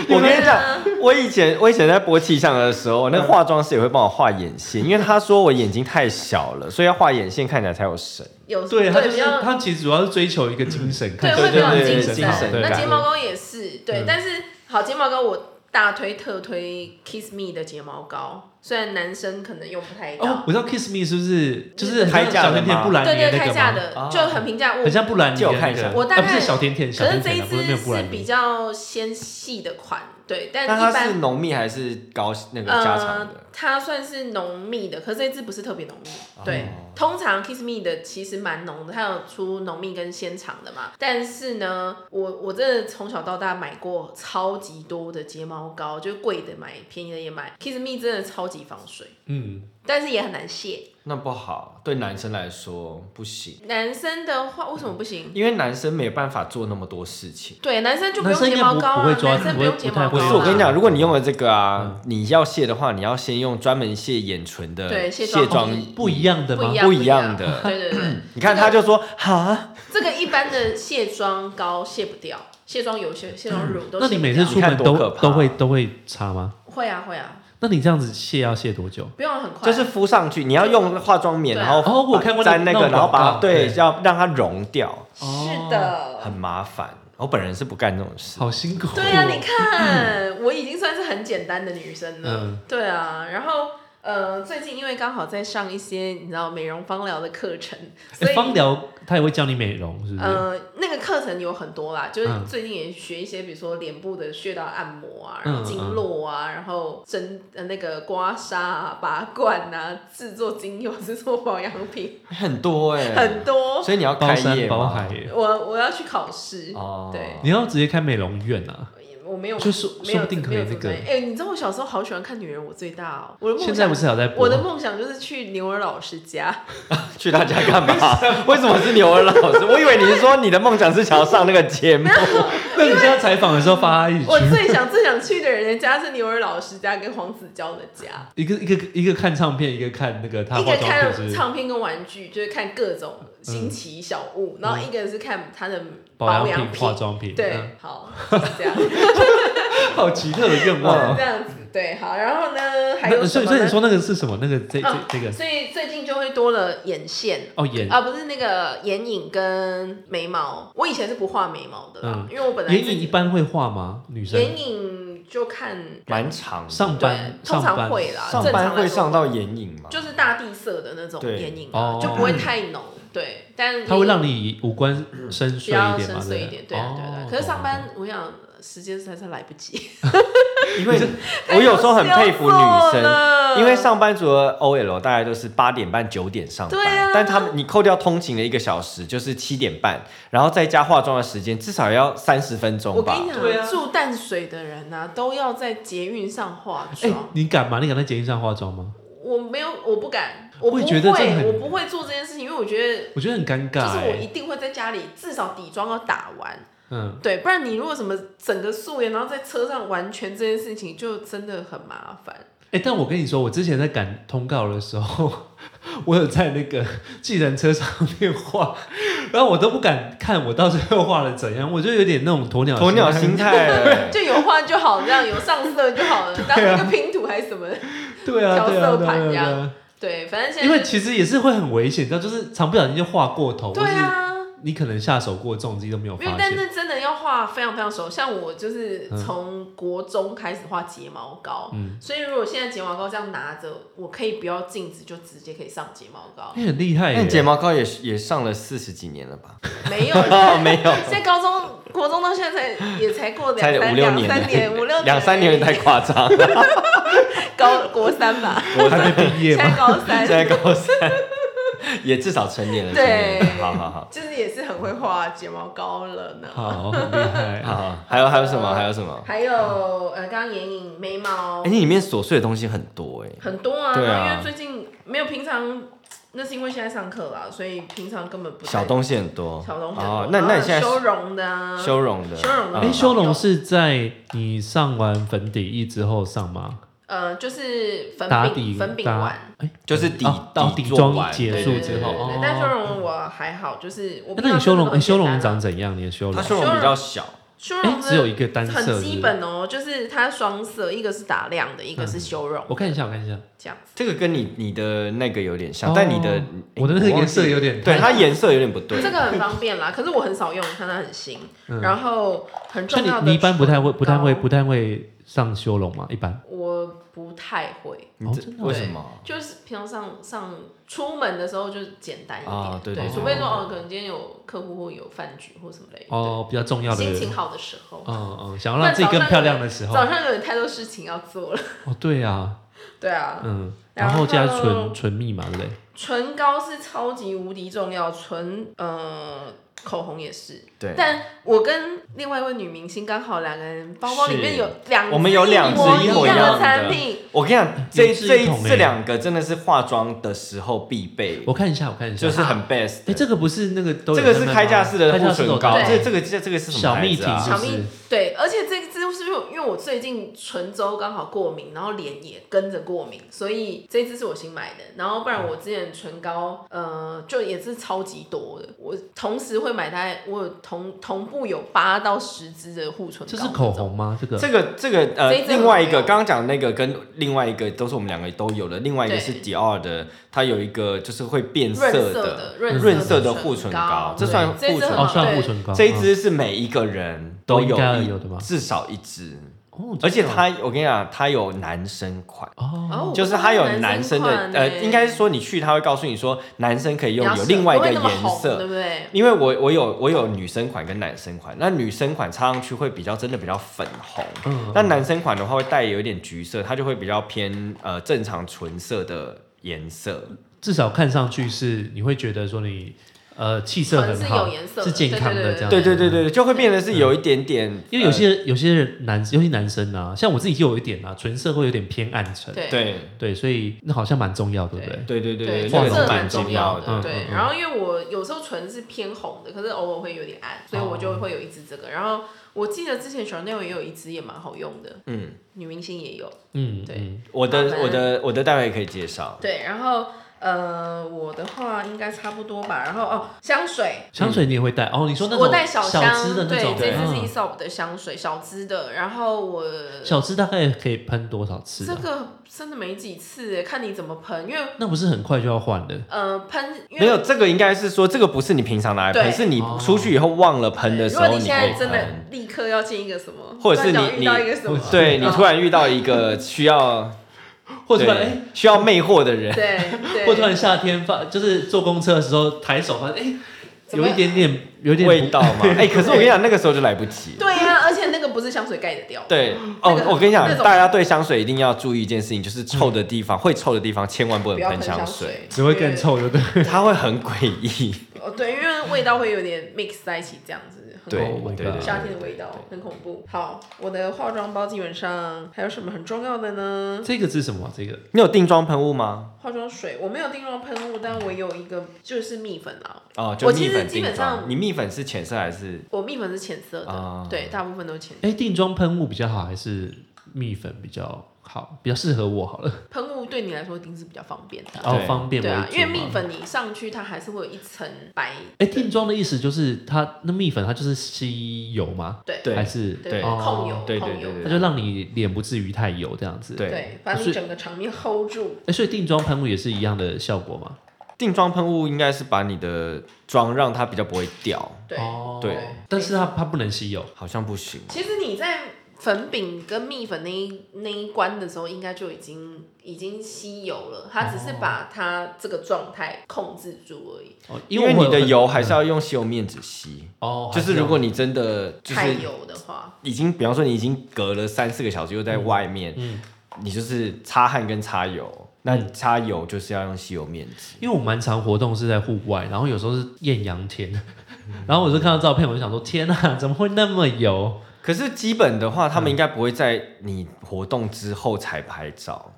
C: 我跟你
B: 对
C: 讲，
B: 啊
C: 我以前我以前在播气象的时候，那个化妆师也会帮我画眼线，因为他说我眼睛太小了，所以要画眼线看起来才有神。
B: 有
A: 对他就
B: 比
A: 是
B: 较
A: 他其实主要是追求一个精神，
B: 对
A: 看起
B: 会
A: 来
B: 比较
A: 就是
B: 有
C: 对
B: 精
C: 精神
A: 对
B: 那
C: 感
B: 睫毛膏也是对，
A: 嗯
B: 但是好睫毛膏我大推特推 Kiss Me 的睫毛膏，虽然男生可能用不太
A: 哦
B: 到，，
A: 我知道 Kiss Me 是不是就是很
C: 开
A: 像
C: 价的
A: 小甜甜
C: 吗
A: 布兰
B: 对
A: 妮
B: 对，
A: 那
B: 开
A: 个
B: 价
A: 吗哦
B: 的
C: 啊
B: 就很平价，我
A: 很像布兰妮
C: 借
A: 的
C: 我
A: 那
C: 看一
A: 个，
C: 下
B: 我大
A: 啊不
B: 概
A: 是小甜甜，小
B: 可是
A: 甜
B: 这
A: 甜
B: 一
A: 啊不是没
B: 支
A: 有布
B: 是
A: 兰
B: 比
A: 妮，
B: 较纤细的款，对，但
C: 那
B: 一
C: 它是
B: 般
C: 浓密还是高那个加长
B: 呃
C: 的？，
B: 它算是浓密的，可是这一支不是特别浓密。
C: 哦
A: 哦
B: 对，通常 Kiss Me 的其实蛮浓的，它有出浓密跟纤长的嘛。但是呢，我我真的从小到大买过超级多的睫毛膏，就贵的买，便宜的也买。Kiss Me 真的超级防水，
A: 嗯，
B: 但是也很难卸。
C: 那不好，对男生来说不行，
B: 男生的话为什么不行？
C: 因为男生没有办法做那么多事情。
B: 对，男生就不
A: 男
B: 用
A: 生
B: 睫
A: 应该
B: 毛
A: 不
B: 膏啊，
A: 不会抓
B: 男生
A: 不
B: 不
A: 会
B: 用睫毛
A: 不
B: 膏、
A: 太
C: 不
A: 会
B: 啊。
C: 是我跟你讲，如果你用了这个
B: 嗯
C: 啊，你要卸的话，你要先用专门卸眼唇的
B: 对卸
C: 卸
B: 妆嗯
C: 妆
B: 液
A: 不一样的
B: 不
A: 吗
B: 一？样，
C: 不一样的
B: 对对对，
C: 你看他就说哈，
B: 这个一般的卸妆膏卸不掉，卸妆油、卸卸妆乳都
A: 那
B: 卸
A: 你
B: 不
A: 每
B: 掉
A: 次出门
C: 你看
A: 都
C: 多可怕
A: 都会都会擦吗？
B: 会啊会啊，
A: 那你这样子卸要卸多久？
B: 不用很快，
C: 就是敷上去，你要用化妆棉，
B: 对啊
C: 然后
A: 哦我看过那
C: 粘那
A: 那
C: 个，
A: 种
C: 然后把
A: 广
C: 它
A: 告
C: 对
A: 对
C: 要让它融掉，
B: 是
A: 哦
B: 的，
C: 很麻烦。我本人是不干这种事，
A: 好辛苦哦。
B: 对啊，你看，我已经算是很简单的女生了。
A: 嗯
B: 对啊，然后呃，最近因为刚好在上一些你知道美容芳疗的课程，所
A: 欸
B: 以、
A: 芳疗它也会教你美容，是不是？
B: 呃那个课程有很多啦，就是
A: 嗯
B: 最近也学一些，比如说脸部的穴道按摩啊，
A: 嗯
B: 然后经络啊，然后针呃那个刮痧啊、拔罐啊，制作精油、制作保养品，
C: 很多哎，
B: 很多。
C: 所以你要
A: 包
C: 开
A: 山
C: 业
A: 包
C: 吗
A: 海耶，
B: 我我要去考试，
C: 哦，
B: 对
A: 你要直接开美容院啊！
B: 我没有，
A: 就说
B: 没有
A: 说不定可以
B: 没有
A: 那个
B: 准备哎、你知道我小时候好喜欢看《女人我最大》哦，我的梦
A: 现在
B: 想
A: 不是还有在播
B: 我的梦想就是去牛儿老师家，
C: 去他家干嘛？ 为什么是牛儿老师？我以为你是说你的梦想是想要上那个节 目，
A: 那你现在采访的时候发一
B: 我
A: 句，
B: 最想最想去的人家是牛儿老师家跟黄子佼的家，
A: 一个一个一个看唱片，一个看那个他
B: 一
A: 化
B: 个
A: 妆品，
B: 看
A: 是不是？
B: 唱片跟玩具，就是看各种新奇小物，然后一个是看他的
A: 嗯保
B: 养
A: 养品、化妆品，
B: 对，
A: 嗯
B: 好，就是这 样，就
A: 好奇特的愿
B: 是
A: 望
B: 这。样子，对，好，然后呢，还有
A: 那
B: 什
A: 所以
B: 么
A: 所以你
B: 呢？
A: 说那个是什么？那个这这
B: 啊
A: 这个
B: 所以最近就会多了眼线，
A: 哦眼
B: 啊，不是那个眼影跟眉毛，我以前是不画眉毛的啦，
A: 嗯
B: 因为我呃本来
A: 眼
B: 自
A: 影
B: 己
A: 一般会画吗？女生
B: 眼影就看
C: 蛮长的。
A: 上
B: 对
A: 班，
B: 通
A: 上班
B: 常会啦，
C: 上
B: 啊正
C: 班
B: 常来
C: 会
B: 说
C: 上到眼影吗？
B: 就是大地色的那种
C: 对
B: 眼影
A: 哦
B: 啊，就不会太浓，对，但
A: 它会让
B: 你
A: 你五官深
B: 比
A: 邃一
B: 较
A: 点
B: 深
A: 嘛？
B: 邃一
A: 对
B: 点，
A: 不
B: 对啊对啊对
A: 哦
B: 啊。可是上
A: 懂
B: 班我想时间实在是来不及，
C: 因为 我有时候很佩 服女
B: 太优秀
C: 生，
B: 哎了
C: 因为上班族的 OL 大概都是八点半九点上班，
B: 对啊
C: 但他们你扣掉通勤的一个小时就是七点半，然后再加化妆的时间至少要三十分
B: 我
C: 钟
B: 跟
C: 吧
B: 你。
A: 对啊
B: 讲，住淡水的人呐，都要在捷运上化
A: 哎
B: 妆，。
A: 你敢吗？你敢在捷运上化妆吗？
B: 我没有，我不敢，我不
A: 我
B: 会
A: 也觉得这很，
B: 我不会做这件事情，因为我觉得
A: 我觉得很尴
B: 就
A: 尬
B: 是我一
A: 欸。
B: 定会在家里至少底妆要打完，
A: 嗯，
B: 对，不然你如果什么整个素颜，然后在车上完全这件事情，就真的很麻烦。
A: 哎、但我跟你说，我之前在赶通告的时候， 我有在那个计程车上面画， 然后我都不敢看我到最后画的怎样，我就有点那种鸵鸟
C: 鸵鸟心
A: 哎
C: 态， 哎
B: 就有画就好，这样有上色就好了，当一个拼图还是什么的。
A: 对啊，对啊，
B: 调色
A: 对啊，
B: 盘
A: 对
B: 这样
A: 啊，
B: 对，反正现在
A: 因为其实也是会很危险，你知道，就是常不小心就画过头，
B: 对啊，
A: 或是你可能下手过重，自己都没有
B: 没有
A: 发，嗯
B: 但
A: 现。
B: 是真的要画非常非常熟。像我就是从国中开始画睫毛膏，
A: 嗯
B: 所以如果现在睫毛膏这样拿着，我可以不要镜子就直接可以上睫毛膏，
A: 你很厉害
C: 那你睫
A: 耶，
C: 毛膏也也上了四十几年了 吧？
B: 没有。
C: 哦，没有，
B: 现在高中、国中到现在才也才过
C: 才
B: 两
C: 五
B: 三两
C: 六
B: 三年、五六年、
C: 两三年太夸张了，
B: 高国三吧，
A: 我还没毕业
B: 现
A: 吗？
B: 在高三，
C: 现在高三。也至少成年了，成
B: 对
C: 年了，好好好。
B: 就是也是很会画睫毛膏了呢。
A: 好，很厉害。
C: 好好，还有还有什
B: 呃
C: 么？还有什么？
B: 还有呃，刚刚眼影、眉毛
C: 哎、你里面琐碎的东西很多哎、
B: 很多啊，
C: 对啊
B: 然后因为最近没有平常，那是因为现在上课啊啦，所以平常根本不太
C: 小东西很多。
B: 小东西很多
C: 哦，那那你
B: 啊
C: 现在
B: 修容的啊，
C: 修容的，
B: 修容的
A: 哎、
B: 嗯
A: 修容
B: 有
A: 是在你上完粉底液之后上吗？
B: 呃就是粉
A: 打
B: 饼
A: 底
B: 粉饼
A: 打
B: 完。
C: 就是底、
A: 哦到底
C: 做
A: 妆
C: 完
A: 结
C: 对
A: 束
C: 对
A: 之
C: 对
A: 后
C: 对
A: 哦
B: 对，但修容我还好，就是我不
A: 哎
B: 知道
A: 那你修容，哎、
B: 这个
A: 修
B: 很
A: 容
B: 啊简单
A: 长怎样？你的修
C: 它
A: 容？
C: 修容比较小，
B: 修
A: 哎、
B: 容
A: 只有一个单色是
B: 很
A: 不是
B: 基本哦，就是它双色，一个是打亮的，一个
A: 嗯
B: 是修容
A: 我看一下，我看一
C: 哎
A: 下，
B: 这样子。
C: 这个跟你你的那个有点像，
A: 哦
C: 但你的
A: 我的那个颜色有点
C: 对，它颜色有点不对。
B: 这个很方便啦，可是我很少用，看它很新。
A: 嗯
B: 然后很
A: 所
B: 重
A: 以
B: 要的
A: 你你一般不太会、
B: 唇膏
A: 不太会、不太会上修容嘛？一般
B: 我不太会，
C: 你这
A: 哦真的
C: 为什么？
B: 就是平常上上出门的时候就是简单一点，
C: 啊对
B: 对
C: 对
B: 除非说
A: 对
B: 哦，可能今天有客户或有饭局或什么类的，
A: 哦，比较重
B: 对
A: 要的
B: 心情好的时候，
A: 嗯嗯，想要让自己更漂亮的时候，
B: 早上有太多事情要做了，
A: 哦，对啊，
B: 对啊，
A: 嗯，
B: 然
A: 然后加
B: 后
A: 唇唇蜜嘛，对不对？
B: 唇膏是超级无敌重要，唇呃口红也是，
C: 对，
B: 但我跟另外一位女明星刚好两个人包包里面
C: 是
B: 有两支
C: 我们有两支
B: 一
A: 一
B: 模
A: 模
B: 一
A: 一样的
B: 的产品，
C: 我跟你讲，这
A: 哎有志一
C: 这
A: 同欸
C: 这两个真的是化妆的时候必备，
A: 我看一下，我看一下，
C: 就是很 best
A: 哎、
C: 的。
A: 这个不是那个都有
C: 这个
A: 在
C: 是
A: 卖
C: 开架
A: 吗
C: 式的
A: 开
C: 护
A: 架式
C: 唇
A: 的
C: 膏，
B: 对
C: 这这个这这个是什
A: 小
C: 么牌
A: 蜜
C: 子
A: 挺
C: 啊？
A: 就
B: 小
A: 是
B: 蜜对，而且这支是因为因为我最近唇周刚好过敏，然后脸也跟着过敏，所以这支是我新买的。然后不然我之前唇膏，呃，就也是超级多的。我同时会买大概我有同同步有八到十支的护唇膏，
A: 这是口，红吗？这个
C: 这个这个呃
B: 这一，支
C: 另外一
B: 我没
C: 个
B: 有
C: 刚刚讲那个跟另外一个都是我们两个都有的，另外一个
B: 对
C: 是迪奥的，它有一个就是会变
B: 润
C: 色
B: 的
C: 的
B: 润
C: 润
B: 色
C: 色的护唇
B: 唇
C: 膏，这
A: 对
C: 算
B: 这一
C: 护
B: 支
C: 唇
B: 很
A: 哦，
B: 好
C: 膏。
A: 算
B: 对
A: 护唇膏，
C: 这一支是每一个人都有
A: 应该
C: 一
A: 有的吧
C: 至少一支，
A: 哦，
C: 而且
A: 真的
C: 它我跟你讲，它有男生款。
A: 哦
B: 哦
C: 就是它有男生
B: 我
C: 的
B: 不知道男，生款欸
C: 呃，应该是说你去，他会告诉你说男生可以
B: 你
C: 用
B: 要
C: 有
B: 试
C: 另外一
B: 不
C: 个
B: 会那么
C: 颜
B: 红
C: 色，
B: 对不对？
C: 因为我我有我有女生款跟男生款，那女生款擦上去会比较真的比较粉红，
A: 嗯
C: 那男生款的话会带有一点橘色，它就会比较偏呃正常纯色的颜色。
A: 至少看上去是你会觉得说你呃气色
B: 唇
A: 很
B: 哦是
A: 好，
B: 有颜色的
A: 是健康的
B: 对对对
A: 这样子。
C: 对对对对，就会变得是有一点点，
A: 嗯
C: 呃
A: 因为有些有些人男，尤其男生啊，像我自己就有一点啊，唇色会有点偏暗沉，
B: 对
C: 呃。对
A: 对，所以那好像蛮重要，对不对？
C: 对对对
B: 对，
A: 这
C: 那
A: 个
B: 唇
C: 个
B: 色
C: 是
B: 蛮
C: 蛮
B: 重
C: 重
B: 要
C: 要
A: 嗯
B: 的。
C: 的。
B: 对，
A: 嗯
B: 然后因为我有时候唇是偏红的，可是偶尔会有点暗，所以我就会有一支这个。然后我记得之前 Chanel 也有一支也蛮好用的，
C: 嗯，
B: 女明星也有。
A: 嗯，
B: 对
A: 嗯
C: 我
B: 好
C: 的
B: 的
C: 我的我的待会也可以介绍。
B: 对，然后呃，我的话应该差不多吧。然后哦，香水。
A: 香水你也会带哦？你说那种
B: 我带小
A: 小
B: 香，
A: 支的那
B: 对，
A: 种，
B: 这支是
A: 嗯
B: Esop 的香水，小支的。然后我
A: 小支大概可以喷多少次
B: 这
A: 啊？
B: 个真的没几次耶，看你怎么喷，因为
A: 那不是很快就要换的
B: 呃喷，因为
C: 没有，这个应该是说这个不是你平常拿来
B: 对
C: 喷，是你
A: 哦
C: 出去以后忘了喷的时
B: 如果
C: 候
B: 你现
C: 可以
B: 在真
C: 喷。
B: 的立刻要进一个什么，
C: 或者是
B: 突然想
C: 你
B: 遇到一个什么，
C: 对你
B: 嗯
C: 突然遇到一个需要
A: 或者
C: 对
A: 哎
C: 需要魅惑的人，
B: 对对，
A: 或突然夏天发，就是坐公车的时候抬手发现，哎、
B: 怎么
A: 有一点点，有一点
C: 味
A: 不
C: 道 嘛。哎、可是我跟你讲，那个时候就来不及了。
B: 对呀、而且那个不是香水盖得掉，
C: 对，
B: 那
C: 哦
B: 个，
C: 我跟你讲
B: 那，种嗯
C: 大家对香水一定要注意一件事情，就是臭的地方，会臭的地方千万不
B: 不
C: 能
B: 要
C: 喷
B: 香
C: 水，，
A: 只会更。臭，对不对？
C: 它会很诡异。
B: 哦，对，因为味道会有点 mix 在一起，这样子，很
C: 对
B: 恐怖
A: ，Oh my
C: 对对
A: god
B: 夏天的味道很恐怖。好，我的化妆包基本上还有什么很重要的呢？
A: 这个是什么啊？这个
C: 你有定妆喷雾吗？
B: 化妆水我没有定妆喷雾，但我有一个就是蜜粉啦。
C: 哦，
B: 我
C: 就
B: 其
C: 蜜
B: 实
C: 粉
B: 基
C: 定
B: 本
C: 妆。
B: 上呃
C: 你蜜粉是浅色还是？
B: 我蜜粉是浅色的，
C: 啊
B: 对，大部分都浅色。
A: 哎、定妆喷雾比较好，还是蜜粉比较好，比较适合我好了，
B: 喷雾对你来说一定是比较方便的啊，
A: 然后
C: 对
A: 方便为
B: 对
A: 主嘛
B: 啊，因为蜜。粉你上去它还是会有一层白，
A: 哎、定妆的意思就是它那蜜粉它就是吸油吗？
B: 对
C: 对
A: 还是
B: 对，
A: 哦
B: 控油，
C: 对对
B: 控油
C: 对对
A: 它就让你脸不至于太油这样子。
C: 对
B: 对，把你整个场面 hold 住。
A: 哎、所以定妆喷雾也是一样的效果吗？
C: 定妆喷雾应该是把你的妆让它比较不会掉，
B: 对，
A: 哦
C: 对
A: 但是它它不能吸油。
C: 好像不行。
B: 其实你在粉饼跟蜜粉那一那一关的时候，应该就已经已经吸油了，它只是把它这个状态控制住而已。
A: 哦，
C: 因为
A: 我
C: 你的
A: 很
C: 油还是要用吸油面纸吸，
A: 哦，
C: 就是如
A: 还
C: 果你真的就是
B: 太油的话，
C: 已经，比方说你已经隔了三四个小时又在外面，
A: 嗯
C: 你就是擦汗跟擦油，那你擦油就是要用吸油面纸。
A: 因为我蛮常活动是在户外，然后有时候是艳阳 天， 然后我就看到照片，我就想说天啊，怎么会那么油？
C: 可是基本的话，他们应该不会在你活动之后才拍照。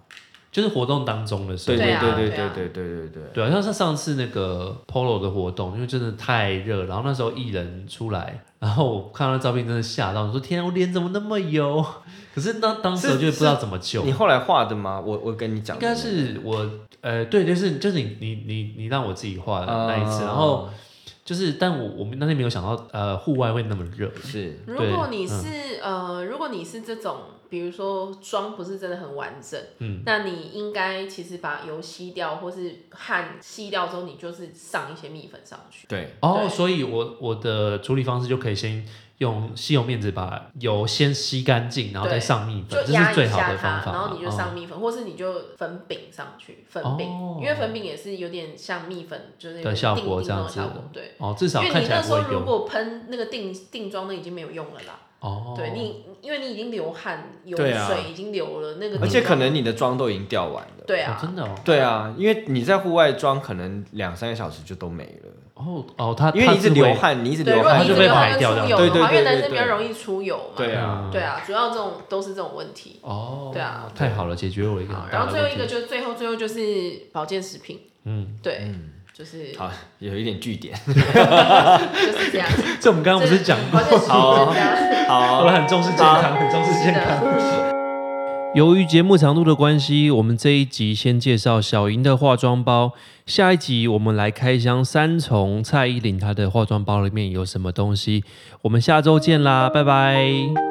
A: 就是活动当中的时
C: 对
A: 候，
B: 对
C: 对
B: 啊
C: 对对
B: 对
C: 对
B: 啊
C: 对对对对。
A: 对啊，像是上次那个 Polo 的活动，因为真的太热，然后那时候艺人出来，然后我看到那照片真的吓到，我说天、啊，我脸怎么那么油？ 可是那当时
C: 是
A: 我就不知道怎么救
C: 你，后来画的吗？我我跟你讲
A: 哦应
C: 的
A: 该
C: 那个，
A: 是我呃对，就是就是你你你你让我自己画的那一次，
C: 啊
A: 然后就是但我我们那天没有想到呃户外会那么热，
C: 是
B: 如
A: 对嗯
B: 果你是、呃，如果你是这种，比如说妆不是真的很完整，
A: 嗯，
B: 那你应该其实把油吸掉，或是汗吸掉之后，你就是上一些蜜粉上去。
C: 对
A: 哦，
B: 对
A: 所以我我的处理方式就可以先用吸油面纸把油先吸干净，然后再
B: 对
A: 上蜜粉，
B: 就
A: 这
B: 压
A: 嗯是
B: 一
A: 最好
B: 下
A: 的
B: 它
A: 方，法嘛。
B: 然后你就
A: 哦
B: 上蜜粉，或是你就粉饼上去，粉饼，
A: 哦
B: 因为粉饼也是有点像蜜粉，就是那
A: 的
B: 种
A: 效
B: 定
A: 果
B: 定
A: 这样
B: 妆的
A: 子
B: 效果，对。
A: 哦，至
B: 因
A: 少
B: 为
A: 看
B: 你
A: 起来
B: 那
A: 不
B: 时
A: 会
B: 候如
A: 油。
B: 果喷那个定定妆的已经没有用了啦，
A: 哦，
B: 对你，因为你已经流汗，有
C: 对啊
B: 水已经流了，那个
C: 而且
B: 定
C: 可
B: 妆
C: 能你的妆都已经掉完了。
B: 对
A: 哦
B: 啊，
A: 真的哦，
C: 对啊，因为你在户外妆可能两三个小时就都没了，
A: 哦哦，他
C: 因为你一直流，汗，你一直
B: 对，
C: 流
B: 如果
C: 汗
B: 你
A: 就
B: 一
A: 被
B: 直流
A: 排
B: 汗
A: 掉
B: 跟出
A: 掉
B: 油
C: 对
B: 的话，
C: 对
B: 因为
C: 对
B: 男
C: 对
B: 生比
C: 对
B: 较容易出油嘛。
C: 对啊
A: 嗯
B: 对啊，主要这种都是这种问题。
A: 他哦，
B: 对啊
A: 太好了，解决我一个
B: 好，
A: 很
B: 然
A: 大
B: 后
A: 的
B: 最后
A: 问
B: 一个
A: 题。
B: 就是最后最后就是保健食品，
A: 嗯，
B: 对，
C: 嗯，
B: 就是
C: 好，有一点据点。
B: 就是这样。
A: 这我们 刚刚不是讲
B: 保
A: 过，
B: 健食品就是这样。
C: 好
A: 我们很重视健康，很重视健康。由于节目长度的关系，我们这一集先介绍小莹的化妆包，下一集我们来开箱三重蔡依林她的化妆包里面有什么东西。我们下周见啦，拜拜。